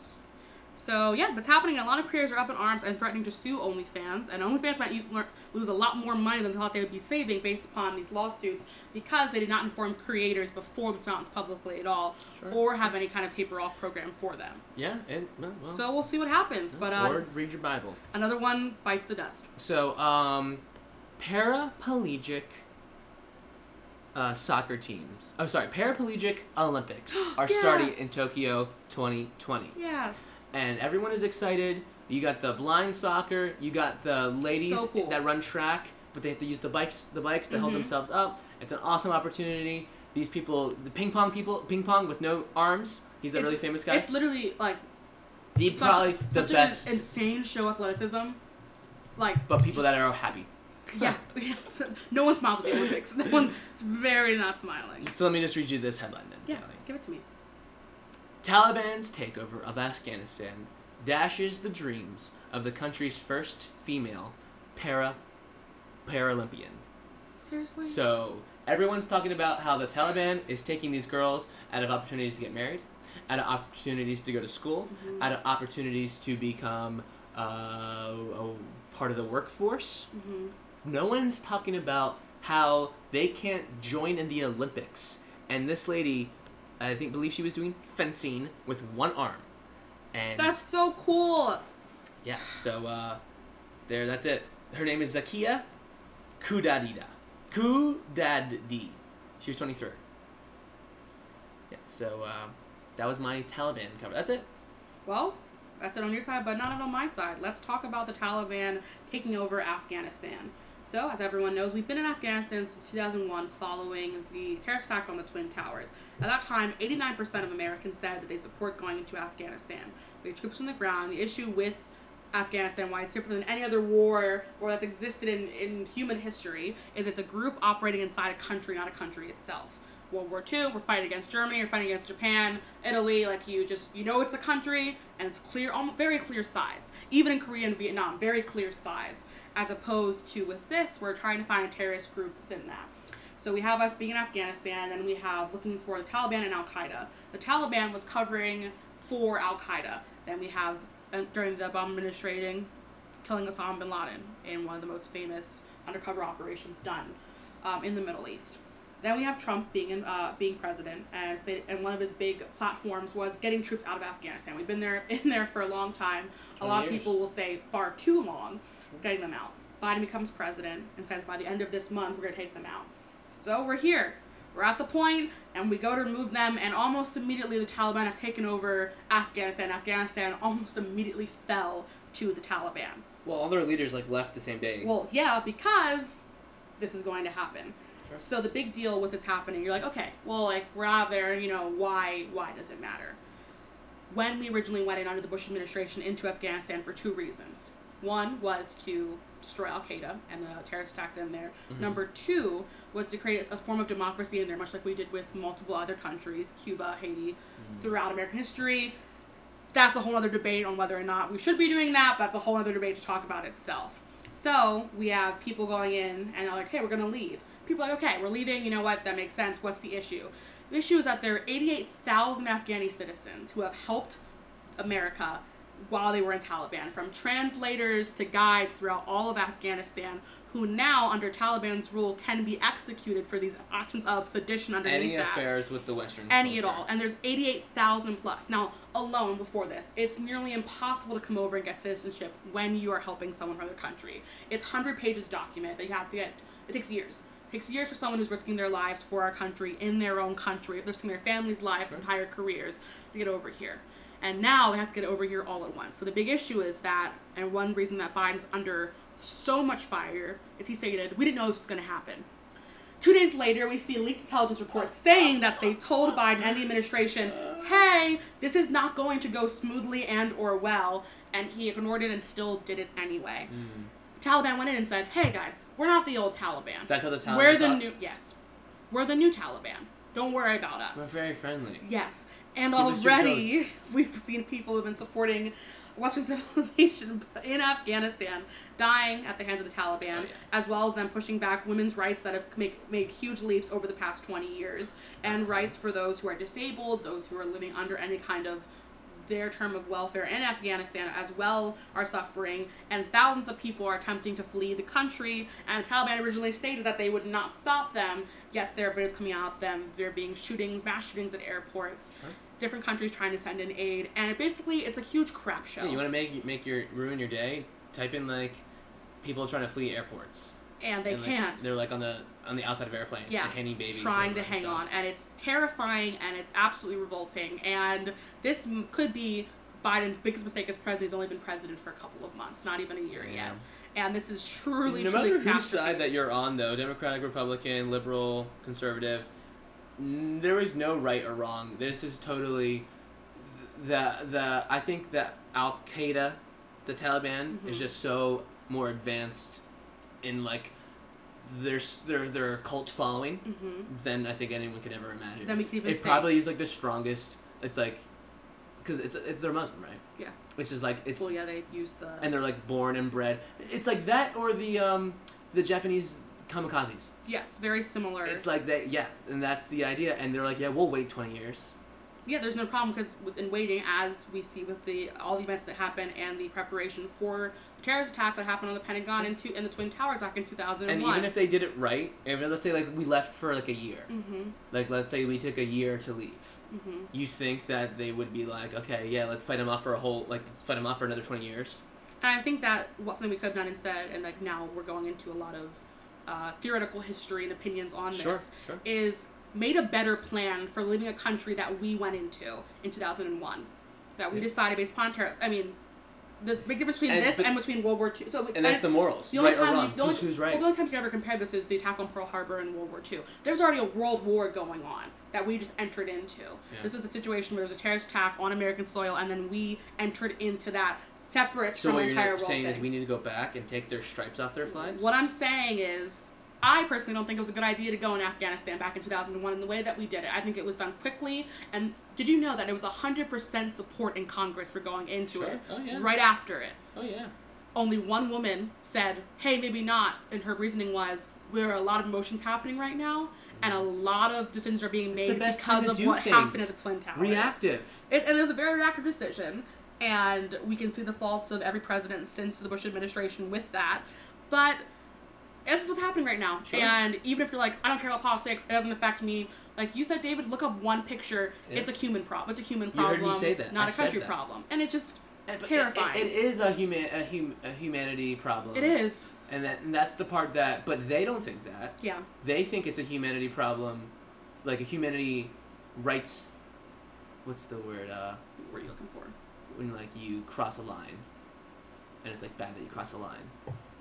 B: So yeah, that's happening. A lot of creators are up in arms and threatening to sue OnlyFans, and OnlyFans might e- lear- lose a lot more money than they thought they would be saving based upon these lawsuits because they did not inform creators before it's out publicly at all,
A: Sure.
B: or have any kind of taper off program for them.
A: Yeah, and well, well,
B: So we'll see what happens. But uh,
A: or read your Bible.
B: another one bites the dust.
A: So, um, paraplegic uh, soccer teams. Oh, sorry, paraplegic Olympics are starting
B: Yes.
A: in Tokyo 2020,
B: Yes.
A: and everyone is excited. You got the blind soccer. You got the ladies
B: So cool. Mm-hmm.
A: that run track, but they have to use the bikes. The bikes to hold themselves up. It's an awesome opportunity. These people, the ping pong people, ping pong with no arms. He's a really famous guy.
B: It's literally like
A: He's
B: such,
A: probably the
B: such
A: best,
B: an insane show of athleticism. Like
A: but people that are happy.
B: yeah, yeah. no one smiles at the Olympics. No one. It's very not smiling.
A: So let me just read you this headline then.
B: Yeah,
A: Kelly.
B: give it to me.
A: Taliban's takeover of Afghanistan dashes the dreams of the country's first female para Paralympian.
B: Seriously?
A: So everyone's talking about how the Taliban is taking these girls out of opportunities to get married, out of opportunities to go to school, out of opportunities to become uh, a part of the workforce. No one's talking about how they can't join in the Olympics. And this lady, I think, believe she was doing fencing with one arm. And
B: That's so cool.
A: yeah, so uh, there, that's it. Her name is Zakia Kudadida. Kudaddi. She was 23. Yeah, so uh, that was my Taliban cover. That's it.
B: Well, that's it on your side, but not it on my side. Let's talk about the Taliban taking over Afghanistan. So, as everyone knows, we've been in Afghanistan since 2001 following the terrorist attack on the Twin Towers. At that time, 89% of Americans said that they support going into Afghanistan. We had troops on the ground. The issue with Afghanistan, why it's different than any other war or that's existed in, in human history, is it's a group operating inside a country, not a country itself. World War II, we're fighting against Germany, we're fighting against Japan, Italy, like you just, you know it's the country, and it's clear, almost very clear sides. Even in Korea and Vietnam, very clear sides. As opposed to with this, we're trying to find a terrorist group within that. So we have us being in Afghanistan, and we have looking for the Taliban and Al Qaeda. The Taliban was covering for Al Qaeda. Then we have, uh, during the Obama administration, killing Osama bin Laden in one of the most famous undercover operations done um, in the Middle East. Then we have Trump being in, uh, being president, and, they, and one of his big platforms was getting troops out of Afghanistan. We've been there in there for a long time. A
A: 20
B: lot of
A: years.
B: people will say far too long, getting them out. Biden becomes president and says by the end of this month we're gonna take them out. So we're here. We're at the point, and we go to remove them, and almost immediately the Taliban have taken over Afghanistan. Afghanistan almost immediately fell to the Taliban.
A: Well, all their leaders like left the same day.
B: Well, yeah, because this was going to happen.
A: Sure.
B: So the big deal with this happening, you're like, okay, well, like we're out there, you know, why? Why does it matter? When we originally went in under the Bush administration into Afghanistan for two reasons. One was to destroy Al Qaeda and the terrorist attacks in there. Number two was to create a form of democracy in there, much like we did with multiple other countries, Cuba, Haiti, throughout American history that's a whole other debate on whether or not we should be doing that. That's a whole other debate to talk about itself. So we have people going in and they're like, hey, we're going to leave. People are like, okay, we're leaving. You know what? That makes sense. What's the issue? The issue is that there are 88,000 Afghani citizens who have helped America while they were in Taliban, from translators to guides throughout all of Afghanistan, who now, under Taliban's rule, can be executed for these actions of sedition underneath
A: Any
B: that.
A: affairs with the Western
B: Any at
A: culture.
B: all. And there's 88,000 plus. Now, alone before this, it's nearly impossible to come over and get citizenship when you are helping someone from other country. It's 100 pages document that you have to get. It takes years. It takes years for someone who's risking their lives for our country, in their own country, risking their family's lives,
A: Sure.
B: entire careers to get over here. And now they have to get over here all at once. So the big issue is that, and one reason that Biden's under so much fire is he stated, we didn't know this was going to happen. Two days later, we see leaked intelligence reports saying that they told Biden and the administration, "Hey, this is not going to go smoothly and or well," and he ignored it and still did it anyway. Taliban went in and said, "Hey guys, we're not the old Taliban.
A: That's how the Taliban
B: we're the
A: thought?
B: new yes, we're the new Taliban. Don't worry about us."
A: We're very friendly.
B: Yes. And
A: Give us your
B: already
A: goats.
B: we've seen people who've been supporting Western civilization in Afghanistan dying at the hands of the
A: Oh,
B: Taliban,
A: yeah.
B: as well as them pushing back women's rights that have make, made huge leaps over the past 20 years, and rights for those who are disabled, those who are living under any kind of their term of welfare in Afghanistan as well are suffering, and thousands of people are attempting to flee the country. And Taliban originally stated that they would not stop them, yet there are videos coming out of them. There being shootings, mass shootings at airports,
A: Sure.
B: different countries trying to send in aid, and it basically it's a huge crap show.
A: Yeah, you want to make make your ruin your day? Type in like people trying to flee airports.
B: and they
A: And, like,
B: can't.
A: They're like on the on the outside of airplanes.
B: yeah,
A: and handing babies.
B: trying
A: over
B: to
A: and
B: hang
A: stuff.
B: on, and it's terrifying, and it's absolutely revolting. And this m- could be Biden's biggest mistake as president. He's only been president for a couple of months, not even a year
A: Yeah.
B: yet. And this is truly,
A: no
B: truly
A: matter whose
B: catastrophic.
A: side that you're on, though, Democratic, Republican, liberal, conservative, n- there is no right or wrong. This is totally the the. I think that Al Qaeda, the Taliban, is
B: Mhm.
A: just so more advanced in like their s- their their cult following
B: hmm
A: than I think anyone could ever imagine.
B: Than we could even
A: it
B: think.
A: probably is like the strongest. It's like because it's it, they're Muslim, right?
B: Yeah.
A: It's just like it's
B: Well, yeah, they use the.
A: and they're like born and bred. It's like that or the um the Japanese kamikazes.
B: yes, very similar.
A: It's like that, yeah, and that's the idea. And they're like, yeah, we'll wait twenty years.
B: yeah, there's no problem because in waiting, as we see with the all the events that happened and the preparation for the terrorist attack that happened on the Pentagon and, two, and the Twin Towers back in 2001.
A: And even if they did it right, even let's say like we left for like a year,
B: hmm
A: like let's say we took a year to leave.
B: hmm
A: You think that they would be like, okay, yeah, let's fight them off for a whole like let's fight them off for another twenty years?
B: And I think that was something we could have done instead, and like now we're going into a lot of uh, theoretical history and opinions on this.
A: Sure, sure.
B: Is made a better plan for leaving a country that we went into in 2001, that we
A: Yeah.
B: decided based upon terror. I mean, the big difference between
A: And-
B: this
A: but-
B: and between World War II. So we-
A: And that's the morals,
B: the only
A: right or
B: time
A: wrong?
B: You, the only,
A: who's, who's right?
B: Well, the only time you can ever compare this is the attack on Pearl Harbor in World War II. There's already a world war going on that we just entered into. This was a situation where there was a terrorist attack on American soil, and then we entered into that separate
A: so
B: from
A: what
B: the
A: you're
B: entire world
A: saying
B: thing.
A: is we need to go back and take their stripes off their flags?
B: what I'm saying is, I personally don't think it was a good idea to go in Afghanistan back in 2001 in the way that we did it. I think it was done quickly. And did you know that it was 100% support in Congress for going into
A: Sure.
B: it
A: Oh, yeah.
B: right after it?
A: oh yeah.
B: only one woman said, hey, maybe not. And her reasoning was, there are a lot of emotions happening right now, and a lot of decisions are being
A: the
B: made
A: best
B: because
A: time to
B: of
A: do
B: what
A: things.
B: happened at the Twin Towers.
A: Reactive.
B: It, and it was a very reactive decision, and we can see the faults of every president since the Bush administration with that. But this is what's happening right now.
A: Sure.
B: And even if you're like, I don't care about politics, it doesn't affect me. Like you said, David, look up one picture.
A: Yeah.
B: It's a human problem. It's a human
A: You heard
B: problem.
A: me say that.
B: Not
A: I
B: a
A: said
B: country
A: that.
B: problem. And it's just
A: And- but it-
B: terrifying.
A: it- it is a human a, hum, a humanity problem.
B: it is.
A: and that and that's the part that. But they don't think that.
B: Yeah.
A: They think it's a humanity problem, like a humanity rights. What's the word? Uh,
B: What are you looking for?
A: when like you cross a line, and it's like bad that you cross a line.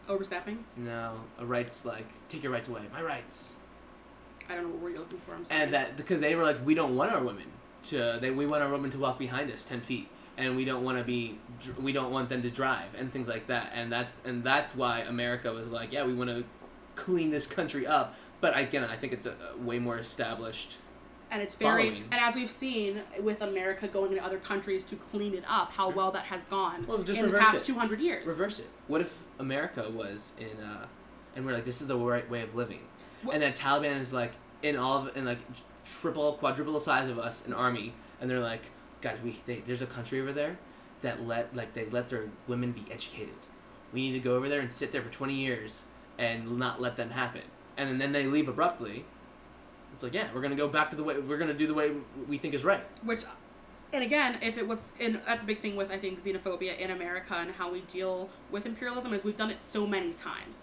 B: Overstepping?
A: No, a rights like take your rights away, my rights,
B: I don't know what word you're looking for. I'm sorry.
A: and that because they were like we don't want our women to they we want our women to walk behind us ten feet. And we don't want to be, dr- we don't want them to drive and things like that. And that's and that's why America was like, yeah, we want to clean this country up. But again, I think it's a, a way more established
B: and it's very
A: following.
B: and as we've seen with America going into other countries to clean it up, how well that has gone
A: Mm-hmm. Well, just
B: in the
A: reverse
B: past
A: it.
B: 200 years.
A: reverse it. What if America was in, uh, and we're like, this is the right way of living,
B: What-
A: and then Taliban is like in all of in like triple, quadruple the size of us, an army, and they're like, guys, we they, there's a country over there. that let like they let their women be educated. We need to go over there and sit there for twenty years and not let them happen. And then, then they leave abruptly. It's like yeah, we're gonna go back to the way we're gonna do the way we think is right.
B: which and again if it was and that's a big thing with i think xenophobia in america and how we deal with imperialism is we've done it so many times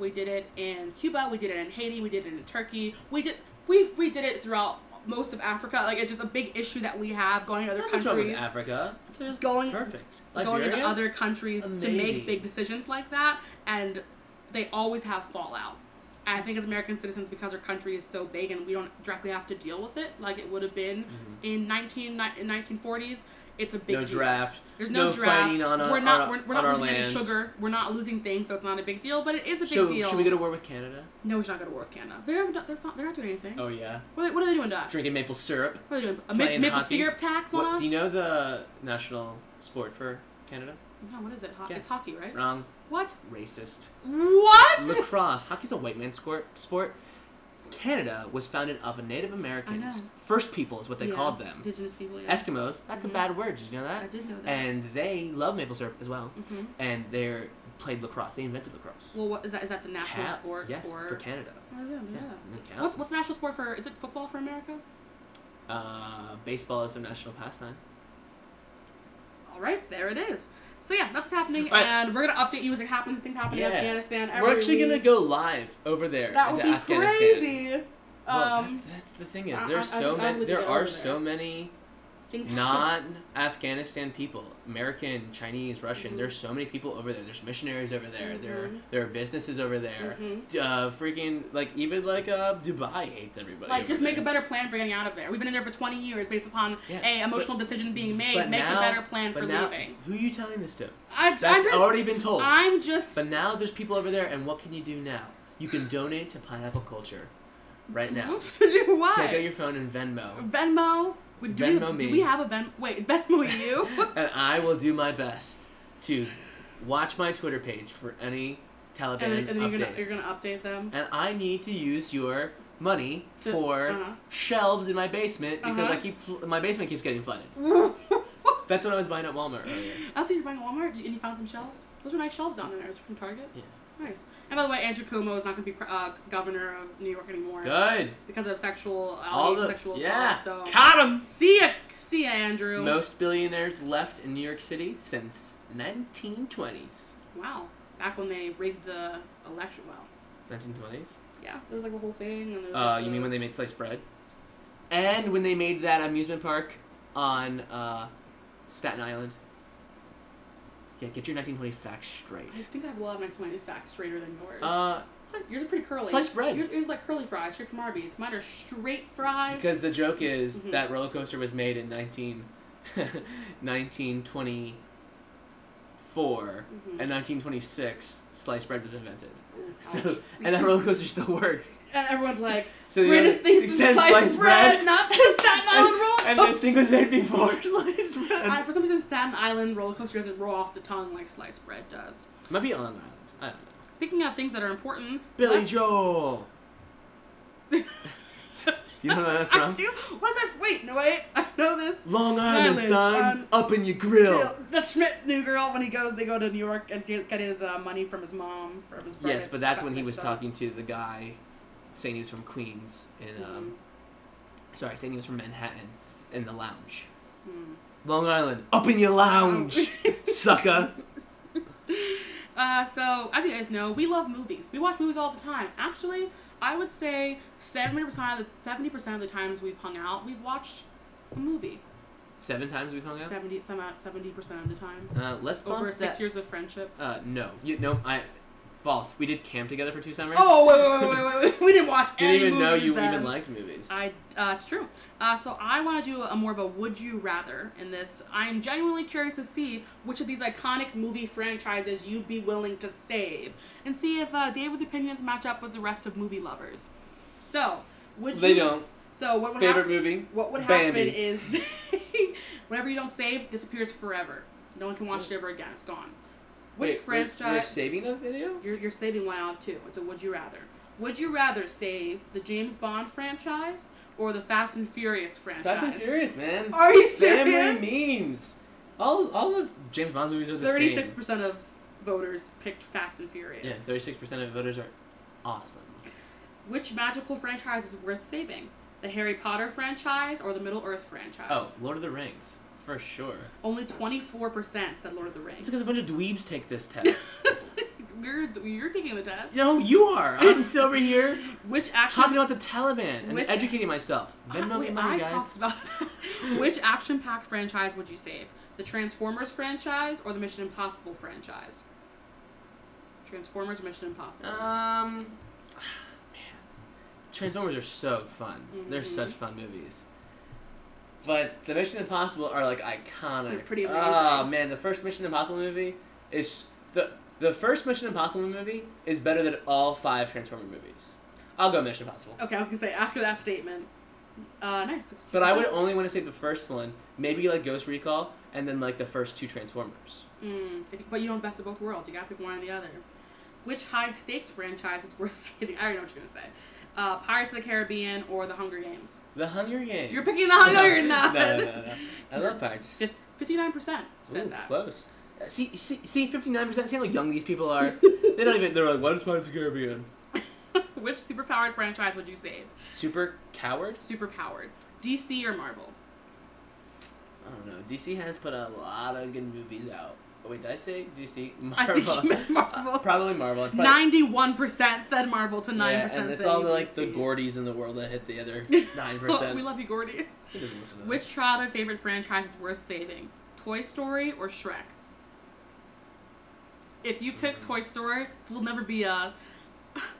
B: we did it in cuba we did it in haiti we did it in turkey we did we've we did it throughout most of africa like it's just a big issue that we have going to other
A: Nothing's wrong with
B: countries
A: Africa.
B: going
A: Perfect.
B: going into
A: Liberia?
B: other countries to
A: Amazing.
B: make big decisions like that and they always have fallout and i think as american citizens because our country is so big and we don't directly have to deal with it like it would have been in 19 ni- in 1940s it's a big
A: Mm-hmm. no
B: deal.
A: draft.
B: there's no, draft
A: fighting on our
B: we're
A: on
B: not
A: our-
B: we're, we're
A: on
B: not
A: our
B: losing
A: lands.
B: any sugar we're not losing things so it's not a big deal but it is a big
A: So
B: deal
A: should we go to war with Canada?
B: no we should not go to war with canada they're not, they're not, they're not doing anything
A: Oh yeah,
B: what, are they, what are they doing to us
A: drinking maple syrup.
B: what are they doing a ma-
A: playing
B: maple
A: hockey.
B: syrup tax on
A: What,
B: us
A: do you know the national sport for Canada?
B: no what is it Ho-
A: Yeah.
B: it's hockey right
A: Wrong.
B: what
A: Racist.
B: what
A: Lacrosse. Hockey's a white man's sport. Sport. Canada was founded of a Native Americans.
B: know.
A: First people is what they
B: Yeah,
A: called them.
B: Indigenous people, yeah.
A: Eskimos. That's a bad word. Mm-hmm. Did you know that?
B: I did know that.
A: And they love maple syrup as well.
B: Mhm.
A: And they played lacrosse. They invented lacrosse.
B: well, what is that? Is that the national
A: Cow-
B: sport
A: yes,
B: for?
A: Canada.
B: I don't know, yeah.
A: and the cow.
B: What's what's the national sport for? Is it football for America?
A: Uh, baseball is a national pastime.
B: All right, there it is. So yeah, that's what's happening,
A: All right.
B: and we're gonna update you as it happens. Things happening in
A: Yeah.
B: Afghanistan. Every
A: We're actually gonna
B: week.
A: go live over there
B: That would
A: into
B: be
A: Afghanistan.
B: crazy.
A: Well,
B: um,
A: that's, that's the thing is
B: I-
A: there's
B: I-
A: so
B: I'm
A: many
B: with you
A: there
B: there
A: are
B: over there.
A: so many
B: things happen.
A: non-Afghanistan people, American, Chinese, Russian.
B: Mhm.
A: There's so many people over there. There's missionaries over there. There
B: Mhm.
A: there are businesses over there.
B: Mhm.
A: D- Uh, freaking like even like uh Dubai hates everybody.
B: Like,
A: over
B: just make a
A: there.
B: better plan for getting out of there. We've been in there for 20 years based upon
A: Yeah,
B: a
A: but-
B: emotional decision being made.
A: But
B: make
A: now-
B: a better plan
A: but
B: for
A: now,
B: leaving.
A: Who are you telling this to?
B: I,
A: That's
B: I'm just,
A: already been told.
B: I'm just
A: But now there's people over there, and what can you do now? You can donate to Pineapple Culture, right now.
B: Why?
A: Take out your phone and Venmo,
B: Venmo. Would, do
A: Venmo
B: we,
A: me.
B: Do we have a Venmo? Wait, Venmo you?
A: and I will do my best to watch my Twitter page for any Taliban
B: and then, and then you're,
A: updates.
B: gonna, you're gonna update them.
A: and I need to use your money
B: To-
A: for
B: uh-huh.
A: shelves in my basement because I
B: Uh-huh.
A: keep fl- my basement keeps getting flooded.
B: That's
A: That's what I was buying at Walmart earlier.
B: what you're buying at Walmart, Did- and you found some shelves. Those were nice shelves down there. Those were from Target.
A: Yeah.
B: Nice. And by the way, Andrew Cuomo is not gonna be pr- uh, governor of New York anymore
A: Good.
B: because of sexual
A: All
B: allegations,
A: the
B: sexual
A: yeah.
B: assault. So
A: Caught 'em.
B: see ya, see ya, Andrew.
A: Most billionaires left in New York City since 1920s.
B: Wow. Back when they rigged the election. Wow.
A: 1920s.
B: Yeah. There was like a whole thing. And there was,
A: Uh,
B: like,
A: you mean
B: the-
A: when they made sliced bread? And when they made that amusement park on uh, Staten Island. Yeah, get your 1920 facts
B: I
A: straight.
B: think I have a lot of my twenties facts straighter than yours.
A: Uh,
B: Yours are pretty curly.
A: Sliced bread.
B: Yours, yours are like curly fries, straight from Arby's. Mine are straight fries.
A: because the joke is
B: Mhm.
A: that roller coaster was made in 19, 1924,
B: Mhm.
A: and 1926 sliced bread was invented.
B: Ooh, ouch.
A: So, and that roller coaster still works.
B: and everyone's like,
A: So you
B: greatest
A: know,
B: things
A: since
B: since sliced, bread, not the Staten Island roll.
A: and, and this thing was made before sliced bread.
B: I, for some reason, Staten Island roller coaster doesn't roll off the tongue like sliced bread does.
A: Might be on Island. I don't know.
B: Speaking of things that are important,
A: Billy
B: let's-
A: Joel. Do you know where that's
B: I
A: from?
B: do. What is that? Wait, no wait, I know this.
A: Long Island,
B: Island,
A: son,
B: son.
A: up in your grill.
B: That's Schmidt New Girl when he goes. They go to New York and get, get his uh, money from his mom from his.
A: Yes,
B: brother's
A: but that's when he
B: fucking
A: was
B: son.
A: talking to the guy, saying he was from Queens, and um,
B: Mm-hmm.
A: sorry, saying he was from Manhattan, in the lounge.
B: Mm.
A: Long Island, up in your lounge, sucker.
B: Uh, so, as you guys know, we love movies. We watch movies all the time. Actually, I would say 70% of the, 70% of the times we've hung out, we've watched a movie.
A: Seven times we've hung out.
B: 70, some out 70% of the time.
A: Uh, let's bump
B: Over six
A: that-
B: years of friendship.
A: Uh, no, you no, I false. We did camp together for two summers.
B: Oh, wait, wait, wait, wait, wait. We didn't watch
A: didn't
B: any
A: even know
B: movies
A: you
B: then.
A: even liked movies.
B: I, uh, it's true. Uh, so I want to do a more of a would you rather in this. I am genuinely curious to see which of these iconic movie franchises you'd be willing to save, and see if uh, David's opinions match up with the rest of movie lovers. So would
A: they
B: you,
A: don't.
B: So what would
A: Favorite
B: hap-
A: movie?
B: What would happen
A: Bambi.
B: is whatever you don't save disappears forever. No one can watch it ever again. It's gone. Which
A: Oh. Wait, we're-
B: franchise?
A: We're saving a video.
B: You're, you're saving one out of two. It's a would you rather. Would you rather save the James Bond franchise or the Fast and Furious franchise?
A: Fast and Furious, man.
B: Are you
A: Family
B: serious?
A: memes. All all of James Bond movies are the
B: Thirty six
A: same.
B: percent of voters picked Fast and Furious.
A: Yeah, thirty six percent of voters are awesome.
B: Which magical franchise is worth saving? The Harry Potter franchise or the Middle Earth franchise?
A: Oh, Lord of the Rings, for sure.
B: Only twenty four percent said Lord of the Rings.
A: It's because a bunch of dweebs take this test.
B: You're you're taking the test.
A: no, you are. I'm still over here
B: Which action?
A: talking about the Taliban and
B: Which-
A: educating myself. Venmo me
B: Wait,
A: money,
B: I
A: guys.
B: talked about that. Which action packed franchise would you save? The Transformers franchise or the Mission Impossible franchise? Transformers or Mission Impossible?
A: Um, man, Transformers are so fun. They're
B: Mhm.
A: such fun movies. But the Mission Impossible are like iconic.
B: They're pretty
A: Oh
B: amazing.
A: man, the first Mission Impossible movie is the the first Mission Impossible movie is better than all five Transformer movies. I'll go Mission Impossible.
B: okay, I was gonna say after that statement. Uh, nice.
A: But I would only want to say the first one, maybe like Ghost Recall, and then like the first two Transformers.
B: Mm, I think- but you know the best of both worlds. You gotta pick one or the other. Which high stakes franchise is worth saving? I already know what you're gonna say. Uh, Pirates of the Caribbean or The Hunger Games?
A: The Hunger Games.
B: You're picking The Hunger. No, you're not.
A: no, no, no, no. I love Pirates.
B: Just fifty-nine percent said
A: Ooh,
B: that.
A: close. Uh, See, see, see, fifty-nine percent. See how young these people are. they don't even. They're like, what is Pirates of the Caribbean?
B: Which superpowered franchise would you save?
A: Super cowards.
B: Superpowered. DC or Marvel?
A: I don't know. DC has put a lot of good movies out. Oh, wait, did I say DC?
B: I
A: Marvel.
B: think you meant Marvel.
A: Probably Marvel. It's probably-
B: Ninety-one percent said Marvel to nine
A: Yeah,
B: percent.
A: and it's
B: said
A: all the, like the
B: DC.
A: Gordies in the world that hit the other nine
B: we
A: percent.
B: love you, Gordy.
A: He doesn't listen to
B: Which childhood favorite franchise is worth saving? Toy Story or Shrek? If you pick
A: Mm.
B: Toy Story, there'll never be a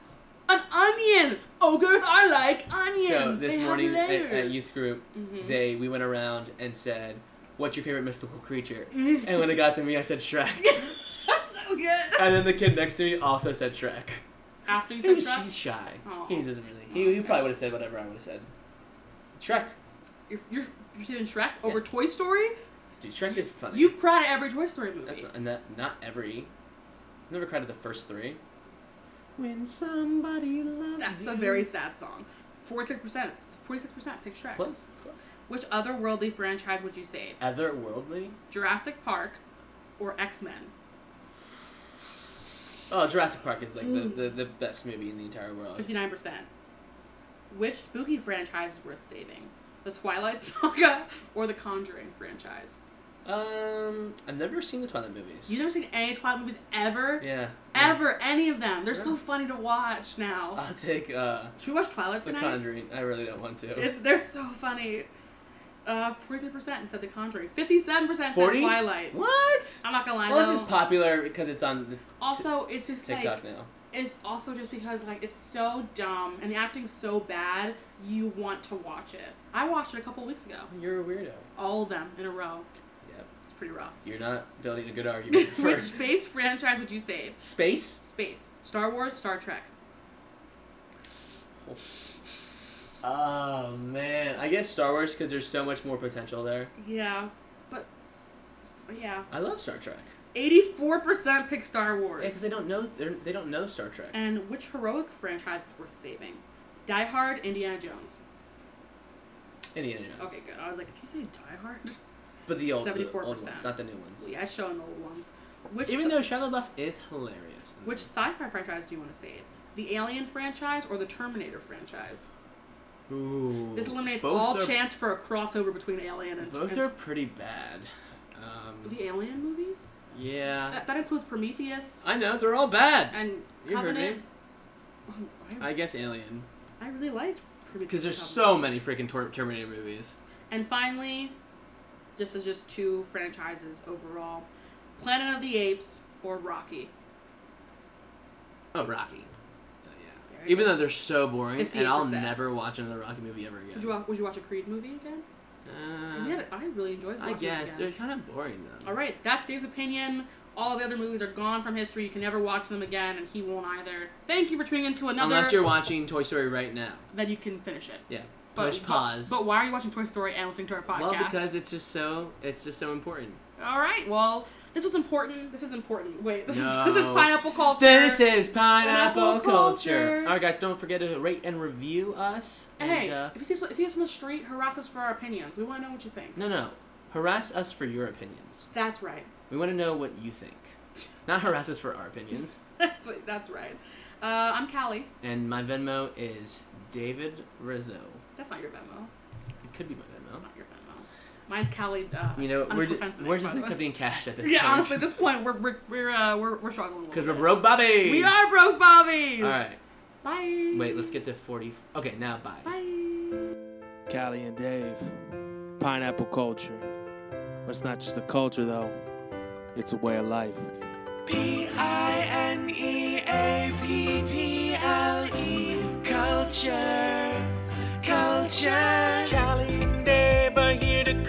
B: an onion. Ogres are like onions.
A: So this
B: they
A: morning
B: have
A: at,
B: layers.
A: at youth group,
B: Mhm.
A: they we went around and said, "What's your favorite mystical creature?"
B: Mm-hmm.
A: and when it got to me, I said Shrek.
B: That's so good.
A: and then the kid next to me also said Shrek.
B: After
A: He
B: you said
A: was,
B: Shrek,
A: he's shy.
B: Aw.
A: He doesn't really. He, he probably would have said whatever I would have said. Shrek,
B: you're, you're, you're saving Shrek over Toy Story.
A: dude, Shrek is funny.
B: You've cried at every Toy Story movie.
A: That's not, and that, not every. I've never cried at the first three. When somebody loves
B: That's
A: you.
B: a very sad song. Forty-six percent. Forty-six percent. Pick
A: It's
B: Shrek.
A: close. It's close.
B: Which otherworldly franchise would you save?
A: Otherworldly.
B: Jurassic Park or X-Men?
A: Oh, Jurassic Park is like the, the, the best movie in the entire world.
B: Fifty-nine percent. Which spooky franchise is worth saving? The Twilight Saga or the Conjuring franchise?
A: Um, I've never seen the Twilight movies.
B: You've never seen any Twilight movies ever,
A: yeah.
B: ever any of them. They're so
A: Yeah.
B: funny to watch now.
A: I'll take uh,
B: Should we watch Twilight
A: The
B: tonight?
A: Conjuring. I really don't want to.
B: It's they're so funny. Uh, forty-three percent said The Conjuring. Fifty-seven percent said
A: 40?
B: Twilight.
A: What?
B: I'm not gonna lie
A: Well,
B: though.
A: it's just popular because it's on the
B: also, it's just like
A: TikTok now.
B: is also just because like it's so dumb and the acting's so bad you want to watch it i watched it a couple weeks ago
A: You're a weirdo.
B: all of them in a row
A: Yep.
B: it's pretty rough
A: You're not building a good argument for
B: which space franchise would you save
A: space.
B: space star wars star trek
A: Oh man, I guess Star Wars because there's so much more potential there.
B: yeah but yeah
A: I love Star Trek
B: 84% pick star wars
A: because they don't know they're- they don't know Star Trek.
B: and which heroic franchise is worth saving die hard indiana jones
A: Indiana Jones.
B: okay good i was like if you say die hard
A: But the old, the old
B: 74%.
A: ones, not the new ones.
B: yeah i show the old ones which
A: Even though Shia LaBeouf is hilarious.
B: Which sci-fi franchise do you want to save? The Alien franchise or the Terminator franchise?
A: Ooh.
B: This eliminates
A: both
B: all
A: are,
B: chance for a crossover between Alien and
A: Both
B: and-
A: are pretty bad. Um,
B: the Alien movies.
A: yeah.
B: That, that includes Prometheus
A: Uh, I know they're all bad.
B: and
A: You heard
B: Covenant.
A: me.
B: I,
A: I guess Alien.
B: I really liked Prometheus.
A: Because there's
B: and
A: so many freaking tor- Terminator movies.
B: Covenant. And finally, this is just two franchises overall: Planet of the Apes or Rocky.
A: Oh, Rocky. Oh, yeah.
B: Very
A: Even
B: good.
A: though they're so boring, and I'll
B: 58%.
A: never watch another Rocky movie ever again.
B: Would you, wa- would you watch a Creed movie again? 'Cause we
A: uh,
B: had a- I really enjoyed.
A: I
B: watching
A: guess
B: it
A: they're
B: again.
A: kind of boring though.
B: All right, that's Dave's opinion. All the other movies are gone from history. You can never watch them again, and he won't either. Thank you for tuning into another.
A: Unless you're watching Toy Story right now.
B: then you can finish it.
A: Yeah.
B: But,
A: Push pause.
B: But, but why are you watching Toy Story and listening to our podcast?
A: well, because it's just so it's just so important.
B: All right. Well, this was important. This is important. Wait, this
A: No.
B: is this is pineapple culture.
A: This is pineapple,
B: Pineapple
A: culture.
B: culture.
A: All right, guys, don't forget to rate and review us.
B: Hey,
A: and, uh,
B: if you see, see us on the street, harass us for our opinions. We want to know what you think.
A: no, no,
D: Harass us for your opinions.
B: That's right.
D: We want to know what you think. Not harass us for our opinions.
B: That's what- that's right. Uh, I'm Callie.
D: And my Venmo is David Rizzo.
B: That's not your Venmo.
D: It could be my
B: That's
D: Venmo.
B: not your Venmo. Mine's Callie. Uh,
D: You know, we're
B: underscore
D: just,
B: Sensenate,
D: we're
B: by
D: just
B: the way.
D: accepting cash at this
B: Yeah,
D: point.
B: honestly, at this point, we're we're we're uh, we're, we're struggling.
D: Because we're broke bobbies.
B: We are broke, Bobbies.
D: All right.
B: Bye.
D: Wait, let's get to 40. Okay, now bye.
B: Bye.
A: Callie and Dave, pineapple culture. But It's not just a culture though, it's a way of life. P I N E A P P L E culture. Culture. Callie and Dave are here to